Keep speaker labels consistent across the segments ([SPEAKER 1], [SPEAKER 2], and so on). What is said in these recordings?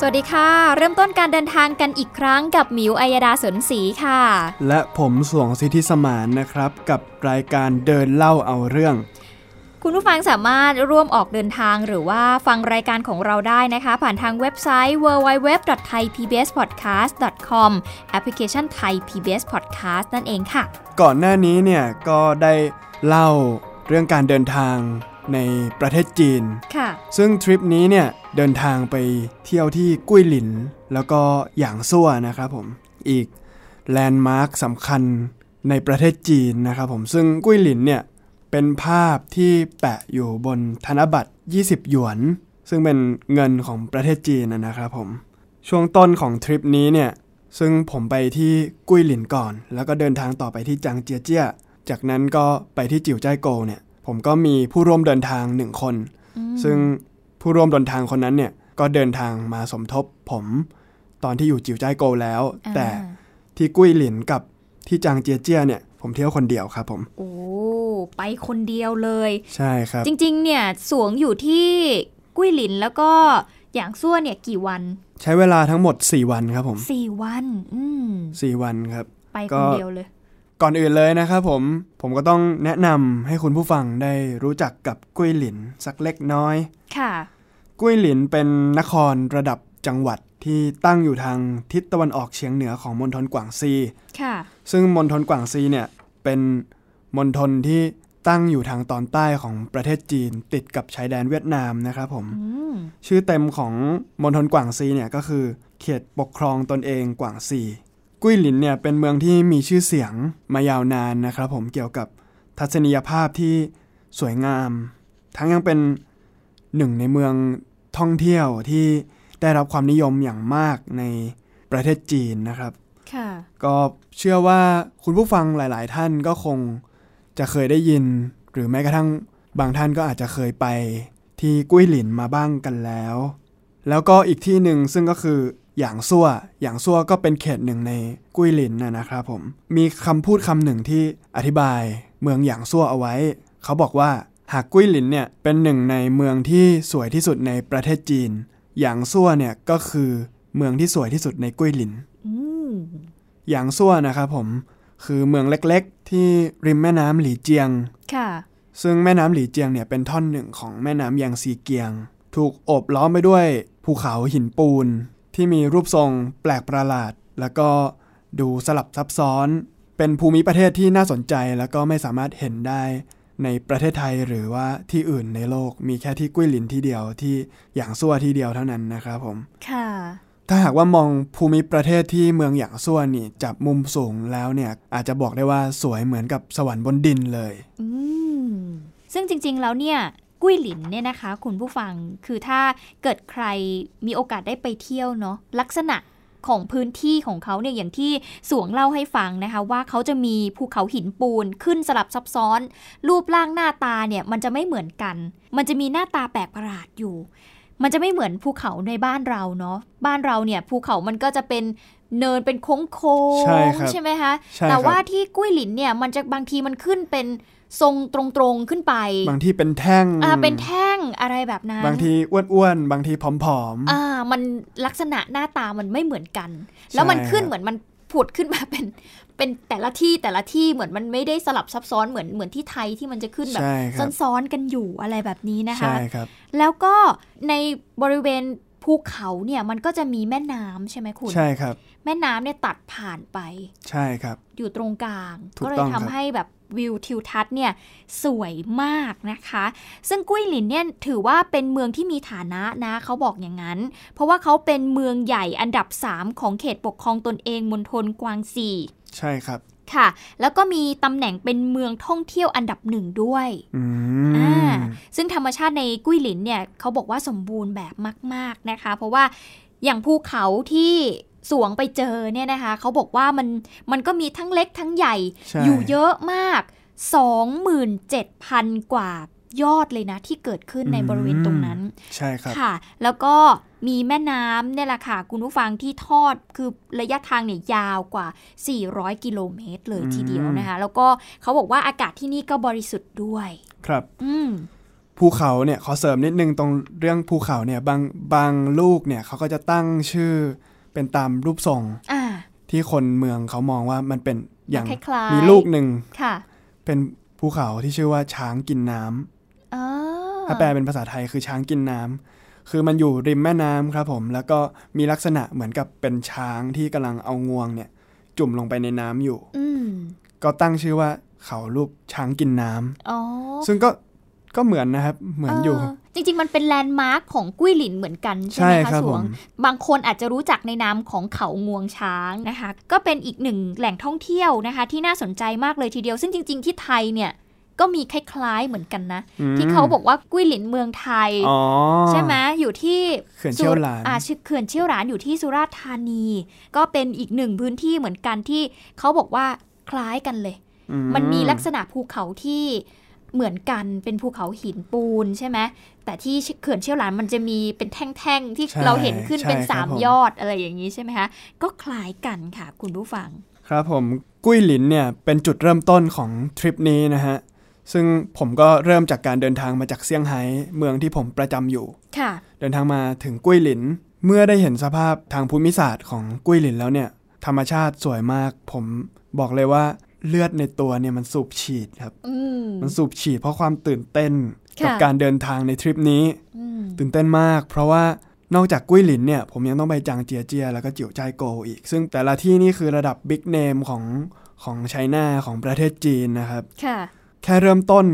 [SPEAKER 1] สวัสดีค่ะ เริ่มต้นการเดินทางกันอีกครั้งกับหมิวอัยดาสนศรีค่ะ
[SPEAKER 2] และผมสวงสิทธิสมานนะครับ กับรายการเดินเล่าเอาเรื่อง
[SPEAKER 1] คุณผู้ฟังสามารถร่วมออกเดินทางหรือว่าฟังรายการของเราได้นะคะ ผ่านทางเว็บไซต์ www.thaipbspodcast.com แอปพลิเคชัน Thai PBS Podcast นั่นเองค่ะ
[SPEAKER 2] ก่อนหน้านี้เนี่ยก็ได้เล่าเรื่องการเดินทางในประเทศจีน
[SPEAKER 1] ค่ะ
[SPEAKER 2] ซึ่งทริปนี้เนี่ยเดินทางไปเที่ยวที่กุ้ยหลิน แล้วก็หยางซั่วนะครับผมอีกแลนด์มาร์คสำคัญในประเทศจีนนะครับผมซึ่งกุ้ยหลินเนี่ยเป็นภาพที่แปะอยู่บนธนบัตร 20 หยวน ซึ่งเป็นเงินของประเทศจีนนะนะครับผม ช่วงต้นของทริปนี้เนี่ย ซึ่งผมไปที่กุ้ยหลินก่อน แล้วก็เดินทางต่อไปที่จางเจียเจี้ย จากนั้นก็ไปที่จิ๋วจ้ายโกวเนี่ย ผมก็มีผู้ร่วมเดินทางหนึ่งคน ซึ่งผู้ร่วมเดินทางคนนั้นเนี่ย ก็เดินทางมาสมทบผมตอนที่อยู่จิ๋วจ้ายโกวแล้ว
[SPEAKER 1] อ่า
[SPEAKER 2] แต่ที่กุ้ยหลินกับที่จางเจียเจี้ยเนี่ย ผมเที่ยวคนเดียวครับผม
[SPEAKER 1] โอ้ ไปคนเดียวเลย
[SPEAKER 2] ใช่ครับ
[SPEAKER 1] จริง ๆ เนี่ย สวงอยู่ที่กุ้ยหลินแล้วก็อย่างซั่วเนี่ยกี่วัน
[SPEAKER 2] ใช้เวลาทั้งหมด 4 วันครับผม
[SPEAKER 1] 4 วัน อืม
[SPEAKER 2] 4 วันครับ
[SPEAKER 1] ไป
[SPEAKER 2] ก็
[SPEAKER 1] คนเดียวเลย
[SPEAKER 2] ก่อนอื่นเลยนะครับผม ผมก็ต้องแนะนำให้คุณผู้ฟังได้รู้จักกับกุ้ยหลินสักเล็กน้อย
[SPEAKER 1] ค่ะ
[SPEAKER 2] กุ้ยหลินเป็นนครระดับจังหวัดที่ตั้งอยู่ทางทิศตะวันออกเฉียงเหนือของมณฑลกวางซี
[SPEAKER 1] ค่ะ
[SPEAKER 2] ซึ่งมณฑลกวางซีเนี่ยเป็นมณฑลที่ตั้งอยู่ทางตอนใต้ของประเทศจีน ติดกับชายแดนเวียดนามนะครับผม
[SPEAKER 1] อืม
[SPEAKER 2] ชื่อเต็มของมณฑลกวางซีเนี่ยก็คือเขตปกครองตนเองกวางซี กุ้ยหลินเนี่ยเป็นเมืองที่มีชื่อเสียงมายาวนานนะครับผมเกี่ยวกับทัศนียภาพที่สวยงาม ทั้งยังเป็นหนึ่งในเมืองท่องเที่ยวที่ได้รับความนิยมอย่างมากในประเทศจีนนะครับ
[SPEAKER 1] ค่ะ
[SPEAKER 2] ก็เชื่อว่าคุณผู้ฟังหลาย ๆ ท่านก็คงจะเคยได้ยิน หรือแม้กระทั่งบางท่านก็อาจจะเคยไปที่กุ้ยหลินมาบ้างกันแล้ว แล้วก็อีกที่หนึ่งซึ่งก็คือหยางซั่วหยางซั่วก็เป็นเขตหนึ่งในกุ้ยหลินนะนะครับผมมีคำพูดคำหนึ่งที่อธิบายเมืองหยางซั่วเอาไว้ เขาบอกว่าหากกุ้ยหลินเนี่ยเป็นหนึ่งในเมืองที่สวยที่สุดในประเทศจีนหยางซั่วเนี่ยก็คือเมืองที่สวยที่สุดในกุ้ยหลิน
[SPEAKER 1] อืม
[SPEAKER 2] หยางซั่วนะครับผมคือเมืองเล็กๆ ที่ริมแม่น้ำหลีเจียง
[SPEAKER 1] ค่ะ
[SPEAKER 2] ซึ่งแม่น้ำหลีเจียงเนี่ยเป็นท่อนหนึ่งของแม่น้ำยางซีเกียง ถูกโอบล้อมไปด้วยภูเขาหินปูน ที่มีรูปทรงแปลกประหลาด แล้วก็ดูสลับซับซ้อน เป็นภูมิประเทศที่น่าสนใจแล้วก็ไม่สามารถเห็นได้ในประเทศไทยหรือว่าที่อื่นในโลกมีแค่ที่กุ้ยหลินที่เดียวที่หยางซั่วที่เดียวเท่านั้นนะครับผม
[SPEAKER 1] ค่ะ
[SPEAKER 2] ถ้าหากว่ามองภูมิประเทศที่เมืองหยางซั่วนี่จับมุมสูงแล้วเนี่ย อาจจะบอกได้ว่าสวยเหมือนกับสวรรค์บนดินเลย
[SPEAKER 1] อืม ซึ่งจริง ๆ แล้วเนี่ย กุ้ยหลินเนี่ยนะคะ คุณผู้ฟัง คือถ้าเกิดใครมีโอกาสได้ไปเที่ยวเนาะ ลักษณะของพื้นที่ของเขาเนี่ย อย่างที่สวงเล่าให้ฟังนะคะ ว่าเขาจะมีภูเขาหินปูนขึ้นสลับซับซ้อน รูปร่างหน้าตาเนี่ย มันจะไม่เหมือนกัน มันจะมีหน้าตาแปลกประหลาดอยู่ มันจะไม่เหมือนภูเขาในบ้านเราเนาะ บ้านเราเนี่ยภูเขามันก็จะเป็นเนินเป็นโค้งโค้งๆ
[SPEAKER 2] ใช่ครับ
[SPEAKER 1] ใช่ไหมคะ
[SPEAKER 2] ใช่ครับ
[SPEAKER 1] แต่ว่าที่กุ้ยหลินเนี่ยมันจะบางทีมันขึ้นเป็นทรงตรงๆขึ้นไป
[SPEAKER 2] บางที่เป็นแท่ง
[SPEAKER 1] อ่าเป็นแท่งอะไรแบบนั้น
[SPEAKER 2] บางทีอ้วนๆ บางทีผอม
[SPEAKER 1] อ่ามันลักษณะหน้าตามันไม่เหมือนกัน แล้วมันขึ้น
[SPEAKER 2] ครับ
[SPEAKER 1] เหมือนมันผุดขึ้นมาเป็น เป็นแต่ละที่แต่ละที่เหมือนมันไม่ได้สลับซับซ้อนเหมือนเหมือนที่ไทยที่มันจะขึ้น
[SPEAKER 2] ๆ
[SPEAKER 1] แบบ
[SPEAKER 2] ใช่ครับ
[SPEAKER 1] ซ้อนๆกันอยู่อะไรแบบนี้นะคะ
[SPEAKER 2] ใช่ครับ
[SPEAKER 1] แล้วก็ในบริเวณภูเขาเนี่ยมันก็จะมีแม่น้ำใช่ไหมคุณ
[SPEAKER 2] ใช่ครับ
[SPEAKER 1] แม่น้ำเนี่ยตัดผ่านไป
[SPEAKER 2] ใช่ครับ
[SPEAKER 1] อยู่ตรงกลาง
[SPEAKER 2] ถูก
[SPEAKER 1] ก็เลย
[SPEAKER 2] ต้องครั
[SPEAKER 1] ทำ
[SPEAKER 2] บ
[SPEAKER 1] ให้แบบวิวทิวทัศน์เนี่ยสวยมากนะคะ ซึ่งกุ้ยหลินเนี่ยถือว่าเป็นเมืองที่มีฐานะนะเขาบอกอย่างนั้น เพราะว่าเขาเป็นเมืองใหญ่อันดับ 3 ของเขตปกครองตนเองมณฑลกวางซี
[SPEAKER 2] ใช่ครับ
[SPEAKER 1] ค่ะ แล้วก็มีตำแหน่งเป็นเมืองท่องเที่ยวอันดับหนึ่งด้วย
[SPEAKER 2] อื
[SPEAKER 1] อ่าม ซึ่งธรรมชาติในกุ้ยหลินเนี่ยเขาบอกว่าสมบูรณ์แบบมาก ๆนะคะ เพราะว่าอย่างภูเขาที่สวงไปเจอเนี่ยนะคะเขาบอกว่ามันมันก็มีทั้งเล็กทั้งใหญ่
[SPEAKER 2] ใช่
[SPEAKER 1] อยู่เยอะมาก 27,000 กว่ายอดเลยนะ ที่เกิดขึ้นในบริเวณตรงนั้น
[SPEAKER 2] ใช่ครับ
[SPEAKER 1] ค่ะ แล้วก็มีแม่น้ำเนี่ยแหละค่ะ คุณผู้ฟังที่ทอดคือระยะทางเนี่ยยาวกว่า 400 กิโลเมตรเลยทีเดียว
[SPEAKER 2] อืม
[SPEAKER 1] นะคะ แล้วก็เขาบอกว่าอากาศที่นี่ก็บริสุทธิ์ด้วย
[SPEAKER 2] ครับ
[SPEAKER 1] อืม
[SPEAKER 2] ภูเขาเนี่ยขอเสริมนิดนึงตรงเรื่องภูเขาเนี่ยบางบางลูกเนี่ยเขาก็จะตั้งชื่อเป็นตามรูปทรง
[SPEAKER 1] อ่า
[SPEAKER 2] ที่คนเมืองเขามองว่ามันเป็นอย่าง
[SPEAKER 1] คล้ายๆ
[SPEAKER 2] มีลูกหนึ่ง
[SPEAKER 1] ค่ะ
[SPEAKER 2] เป็นภูเขาที่ชื่อว่าช้างกินน้ำ
[SPEAKER 1] อ๋อ
[SPEAKER 2] ถ้าแปลเป็นภาษาไทยคือช้างกินน้ำคือมันอยู่ริมแม่น้ำครับผม แล้วก็มีลักษณะเหมือนกับเป็นช้างที่กำลังเอางวงเนี่ยจุ่มลงไปในน้ำอยู่
[SPEAKER 1] อืม
[SPEAKER 2] ก็ตั้งชื่อว่าเขารูปช้างกินน้ำ
[SPEAKER 1] อ๋อ
[SPEAKER 2] ซึ่งก็ก็เหมือนนะครับเหมือนอยู่
[SPEAKER 1] เจริงๆ มันเป็นแลนด์มาร์คของกุ้ยหลินเหมือนกันใช่ไหม
[SPEAKER 2] ใช่
[SPEAKER 1] คะ
[SPEAKER 2] ครับ
[SPEAKER 1] สวง
[SPEAKER 2] ผม
[SPEAKER 1] บางคนอาจจะรู้จักในนามของเขางวงช้างนะคะ ก็เป็นอีกหนึ่งแหล่งท่องเที่ยวนะคะ ที่น่าสนใจมากเลยทีเดียว ซึ่งจริง ๆ ที่ไทยเนี่ยก็มีคล้ายๆเหมือนกันนะ ที่เขาบอกว่ากุ้ยหลินเมืองไทย
[SPEAKER 2] อ๋อ
[SPEAKER 1] ใช่ไหมอยู่ที่
[SPEAKER 2] เขื่อนเชี่ยวหลาน
[SPEAKER 1] สุอ่าชื่อเขื่อนเชี่ยวหลานอยู่ที่สุราษฎร์ธานี ก็เป็นอีกหนึ่งพื้นที่เหมือนกันที่เขาบอกว่าคล้ายกันเลย
[SPEAKER 2] อื
[SPEAKER 1] มันมีลักษณะภูเขาที่เหมือนกันเป็นภูเขาหินปูนใช่ไหมแต่ที่เขื่อนเชี่ยวหลานมันจะมีเป็นแท่งๆ ที่
[SPEAKER 2] ใช่
[SPEAKER 1] เราเห็นขึ้นเป็น
[SPEAKER 2] ใช่ครับ
[SPEAKER 1] สาม
[SPEAKER 2] ผม
[SPEAKER 1] ยอดอะไรอย่างนี้ใช่ไหมคะ ก็คล้ายกันค่ะคุณผู้ฟัง
[SPEAKER 2] ครับผมกุ้ยหลินเนี่ยเป็นจุดเริ่มต้นของทริปนี้นะฮะ ซึ่งผมก็เริ่มจากการเดินทางมาจากเซี่ยงไฮ้เมืองที่ผมประจำอยู่
[SPEAKER 1] ค่ะ
[SPEAKER 2] เดินทางมาถึงกุ้ยหลิน เมื่อได้เห็นสภาพทางภูมิศาสตร์ของกุ้ยหลินแล้วเนี่ย ธรรมชาติสวยมาก ผมบอกเลยว่าเลือดในตัวเนี่ยมันสูบฉีดครับ
[SPEAKER 1] อืม
[SPEAKER 2] มันสูบฉีดเพราะความตื่นเต้นกับ
[SPEAKER 1] ค่ะ
[SPEAKER 2] การเดินทางในทริปนี้
[SPEAKER 1] อืม
[SPEAKER 2] ตื่นเต้นมาก เพราะว่านอกจากกุ้ยหลินเนี่ยผมยังต้องไปจางเจียเจีย แล้วก็จิ๋วใจายโกวอีก ซึ่งแต่ละที่นี่คือระดับบิ๊กเนมของของไชน่าของประเทศจีนนะครับ
[SPEAKER 1] ค่ะ
[SPEAKER 2] แค่เริ่มต้น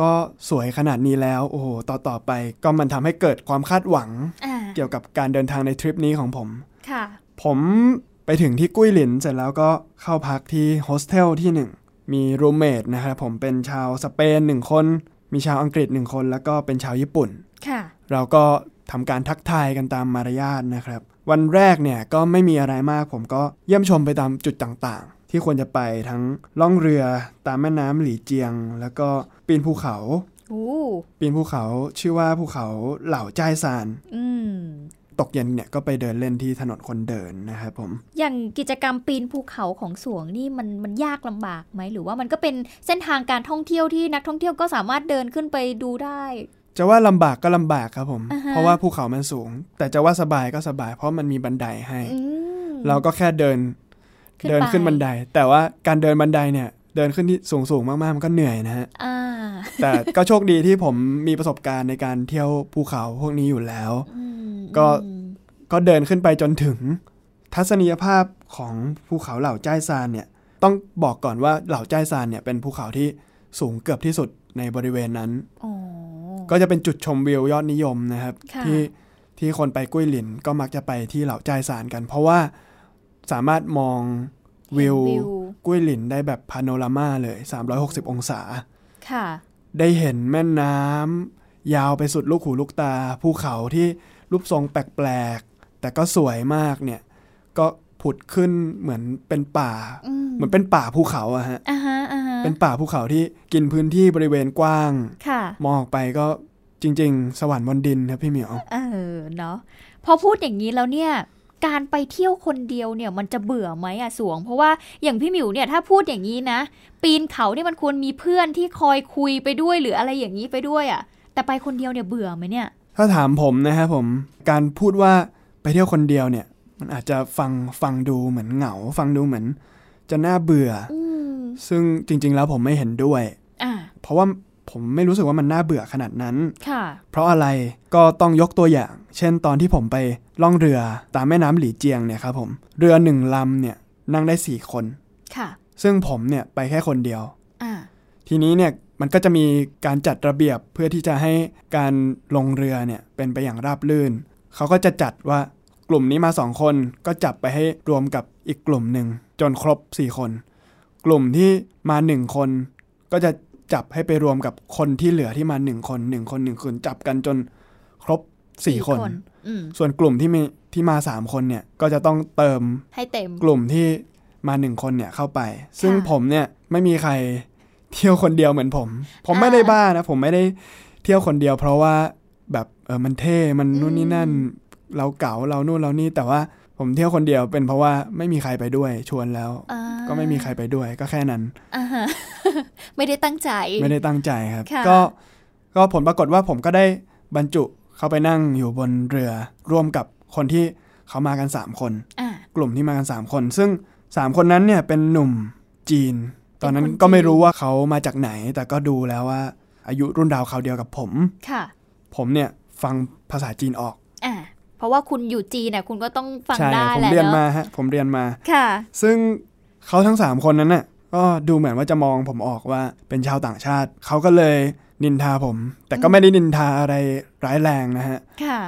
[SPEAKER 2] ก็สวยขนาดนี้แล้ว โอ้โห ต่อต่อไปก็มันทำให้เกิดความคาดหวัง
[SPEAKER 1] อ่า
[SPEAKER 2] เกี่ยวกับการเดินทางในทริปนี้ของผม
[SPEAKER 1] ค่ะ
[SPEAKER 2] ผมไปถึงที่กุ้ยหลินเสร็จแล้วก็เข้าพักที่โฮสเทลที่หนึ่งมีรูมเมทนะครับผมเป็นชาวสเปนหนึ่งคน มีชาวอังกฤษหนึ่งคนแล้วก็เป็นชาวญี่ปุ่น
[SPEAKER 1] ค่ะ
[SPEAKER 2] เราก็ทำการทักทายกันตามมารยาทนะครับ วันแรกเนี่ยก็ไม่มีอะไรมาก ผมก็เยี่ยมชมไปตามจุดต่างๆ ที่ควรจะไปทั้งล่องเรือตามแม่น้ำหลีเจียง แล้วก็ปีนภูเขา
[SPEAKER 1] โอ้
[SPEAKER 2] ปีนภูเขาชื่อว่าภูเขาเหล่าจ้ายซาน
[SPEAKER 1] อืม
[SPEAKER 2] ตกเย็นเนี่ยก็ไปเดินเล่นที่ถนนคนเดินนะครับผม
[SPEAKER 1] อย่างกิจกรรมปีนภูเขาของสวงนี่มันมันยากลำบากไหม หรือว่ามันก็เป็นเส้นทางการท่องเที่ยวที่นักท่องเที่ยวก็สามารถเดินขึ้นไปดูได้
[SPEAKER 2] จะว่าลำบากก็ลำบากครับผม
[SPEAKER 1] อ่าฮะ
[SPEAKER 2] เพราะว่าภูเขามันสูง แต่จะว่าสบายก็สบายเพราะมันมีบันไดให้
[SPEAKER 1] อืม
[SPEAKER 2] เราก็แค่เดิน
[SPEAKER 1] ขึ้นไป
[SPEAKER 2] เดินขึ้นบันได แต่ว่าการเดินบันไดเนี่ยเดินขึ้นที่สูงๆมากๆมันก็เหนื่อยนะฮะ
[SPEAKER 1] อ่า
[SPEAKER 2] แต่ก็โชคดีที่ผมมีประสบการณ์ในการเที่ยวภูเขาพวกนี้อยู่แล้ว
[SPEAKER 1] อืม
[SPEAKER 2] ก็
[SPEAKER 1] อืม
[SPEAKER 2] ก็เดินขึ้นไปจนถึง ทัศนียภาพของภูเขาเหล่าจ้ายซานเนี่ยต้องบอกก่อนว่าเหล่าจ้ายซานเนี่ยเป็นภูเขาที่สูงเกือบที่สุดในบริเวณนั้น
[SPEAKER 1] อ๋อ
[SPEAKER 2] ก็จะเป็นจุดชมวิวยอดนิยมนะครับ
[SPEAKER 1] ค่ะ
[SPEAKER 2] ที่ที่คนไปกุ้ยหลินก็มักจะไปที่เหล่าจ้ายซานกัน เพราะว่าสามารถมองวิว
[SPEAKER 1] วิว
[SPEAKER 2] กุ้ยหลินได้แบบพาโนรามาเลย 360 องศา
[SPEAKER 1] ค่ะ
[SPEAKER 2] ได้เห็นแม่น้ำยาวไปสุดลูกหูลูกตา ภูเขาที่รูปทรงแปลกๆ แต่ก็สวยมากเนี่ย ก็ผุดขึ้นเหมือนเป็นป่า
[SPEAKER 1] อืม
[SPEAKER 2] เหมือนเป็นป่าภูเขาอะฮะ
[SPEAKER 1] อ่าฮะอ่าฮะ
[SPEAKER 2] เป็นป่าภูเขาที่กินพื้นที่บริเวณกว้าง
[SPEAKER 1] ค่ะ
[SPEAKER 2] มองออกไปก็จริง ๆ สวรรค์บนดินครับพี่เหมียว
[SPEAKER 1] เออ เนาะ พอพูดอย่างนี้แล้วเนี่ย การไปเที่ยวคนเดียวเนี่ยมันจะเบื่อไหมอะสวง เพราะว่าอย่างพี่หมิวเนี่ยถ้าพูดอย่างนี้นะ ปีนเขาเนี่ยมันควรมีเพื่อนที่คอยคุยไปด้วยหรืออะไรอย่างนี้ไปด้วยอะแต่ไปคนเดียวเนี่ยเบื่อไหมเนี่ย
[SPEAKER 2] ถ้าถามผมนะครับผมการพูดว่าไปเที่ยวคนเดียวเนี่ย มันอาจจะฟังฟังดูเหมือนเหงา ฟังดูเหมือน จะน่าเบื่อ
[SPEAKER 1] อืม
[SPEAKER 2] ซึ่งจริง ๆ แล้วผมไม่เห็นด้วย
[SPEAKER 1] อ่า
[SPEAKER 2] เพราะว่าผมไม่รู้สึกว่ามันน่าเบื่อขนาดนั้น
[SPEAKER 1] ค่ะ
[SPEAKER 2] เพราะอะไรก็ต้องยกตัวอย่าง เช่นตอนที่ผมไปล่องเรือตามแม่น้ำหลีเจียงเนี่ยครับผม เรือหนึ่งลำเนี่ยนั่งได้ 4 คน
[SPEAKER 1] ค่ะ
[SPEAKER 2] ซึ่งผมเนี่ยไปแค่คนเดียว
[SPEAKER 1] อ่า
[SPEAKER 2] ทีนี้เนี่ยมันก็จะมีการจัดระเบียบเพื่อที่จะให้การลงเรือเนี่ยเป็นไปอย่างราบรื่น เขาก็จะจัดว่ากลุ่มนี้มาสองคนก็จับไปให้รวมกับอีกกลุ่มหนึ่งจนครบ 4 คน กลุ่มที่มา 1 คน ก็จะจับให้ไปรวมกับคนที่เหลือที่มา 1 คน 1 คน 1 คนจับกันจนครบ 4 คน
[SPEAKER 1] อืม
[SPEAKER 2] ส่วนกลุ่มที่มีที่มา 3 คนเนี่ยก็จะต้องเติม
[SPEAKER 1] ให้เต็ม
[SPEAKER 2] กลุ่มที่มา 1 คนเนี่ยเข้าไป ซึ่งผมเนี่ยไม่มีใคร เที่ยวคนเดียวเหมือนผม ผม
[SPEAKER 1] อ่า
[SPEAKER 2] ไม่ได้บ้านะผมไม่ได้เที่ยวคนเดียว เพราะว่าแบบเออมันเท่มันนู่นนี่นั่น เราเก๋าเรานู่นเรานี่แต่ว่าผมเที่ยวคนเดียวเป็นเพราะว่าไม่มีใครไปด้วยชวนแล้ว
[SPEAKER 1] อ่า
[SPEAKER 2] ก็ไม่มีใครไปด้วย ก็แค่นั้น
[SPEAKER 1] อ่าฮะ ไม่ได้ตั้งใจ
[SPEAKER 2] ไม่ได้ตั้งใจครับ
[SPEAKER 1] ค่ะ
[SPEAKER 2] ก็ก็ผลปรากฏว่าผมก็ได้บรรจุเข้าไปนั่งอยู่บนเรือร่วมกับคนที่เขามากัน 3 คน
[SPEAKER 1] อ่า
[SPEAKER 2] กลุ่มที่มากัน 3 คน ซึ่ง 3 คนนั้นเนี่ยเป็นหนุ่มจีน ตอนนั้นก็
[SPEAKER 1] เป็นคนจีน
[SPEAKER 2] ไม่รู้ว่าเขามาจากไหน แต่ก็ดูแล้วว่า อายุรุ่นราวคราวเดียวกับผม
[SPEAKER 1] ค่ะ
[SPEAKER 2] ผมเนี่ยฟังภาษาจีนออก
[SPEAKER 1] อ่า เพราะว่าคุณอยู่จีนน่ะคุณก็ต้องฟัง
[SPEAKER 2] ใช่
[SPEAKER 1] ได้
[SPEAKER 2] ผม
[SPEAKER 1] แหละ
[SPEAKER 2] เรียน
[SPEAKER 1] เนาะ
[SPEAKER 2] มาฮะผมเรียนมา
[SPEAKER 1] ค่ะ
[SPEAKER 2] ซึ่งเขาทั้ง 3 คนนั้นน่ะก็ดูเหมือนว่าจะมองผมออกว่าเป็นชาวต่างชาติ เขาก็เลยนินทาผม แต่ก็ไม่ได้นินทาอะไรร้ายแรงนะฮะ
[SPEAKER 1] ค่ะ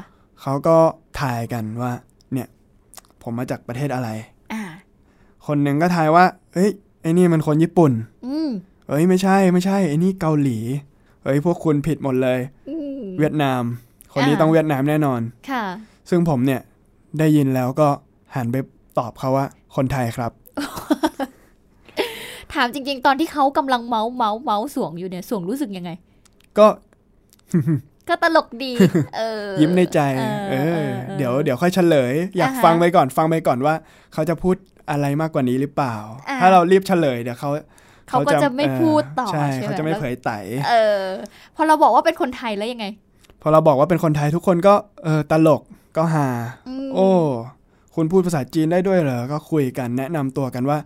[SPEAKER 2] เขาก็ทายกันว่าเนี่ยผมมาจากประเทศอะไร
[SPEAKER 1] อ่า
[SPEAKER 2] คนหนึ่งก็ทายว่าเอ้ยไอ้นี่มันคนญี่ปุ่น
[SPEAKER 1] อืม
[SPEAKER 2] เอ้ยไม่ใช่ไม่ใช่ไอ้นี่เกาหลีเอ้ยพวกคุณผิดหมดเลย
[SPEAKER 1] อืม
[SPEAKER 2] เวียดนาม คนนี้
[SPEAKER 1] อ่า
[SPEAKER 2] ต้องเวียดนามแน่นอน
[SPEAKER 1] ค่ะ
[SPEAKER 2] ซึ่งผมเนี่ยได้ยินแล้วก็หันไปตอบเขาว่าคนไทยครับ
[SPEAKER 1] ถามจริง ๆ ตอนที่เขากำลังเมาส์เมาส์เมาส์สวงอยู่เนี่ยสวงรู้สึกยังไง
[SPEAKER 2] ก็
[SPEAKER 1] ก็ตลก ดี เออ
[SPEAKER 2] ยิ้มในใจ
[SPEAKER 1] เอ
[SPEAKER 2] เอ
[SPEAKER 1] อ
[SPEAKER 2] อ
[SPEAKER 1] เออ
[SPEAKER 2] เดี๋ยวเดี๋ยวค่อยเฉลย อยาก
[SPEAKER 1] อ่าฮะ
[SPEAKER 2] ฟังไปก่อน ฟังไปก่อนว่า เขาจะพูดอะไรมากกว่านี้หรือเปล่า
[SPEAKER 1] อ่า
[SPEAKER 2] ถ้าเรารีบเฉลยเดี๋ยวเขา
[SPEAKER 1] เขาก็จะไม่
[SPEAKER 2] เออ
[SPEAKER 1] พูดต่อ
[SPEAKER 2] ใช่
[SPEAKER 1] ใช่ไหม
[SPEAKER 2] เขาจะไม่เผยไต
[SPEAKER 1] เออ พอเราบอกว่าเป็นคนไทยแล้วยังไง
[SPEAKER 2] พอเราบอกว่าเป็นคนไทยทุกคนก็เออตลกก็ฮา
[SPEAKER 1] อืม
[SPEAKER 2] โอ้ คุณพูดภาษาจีนได้ด้วยเหรอ ก็คุยกันแนะนำตัวกันว่า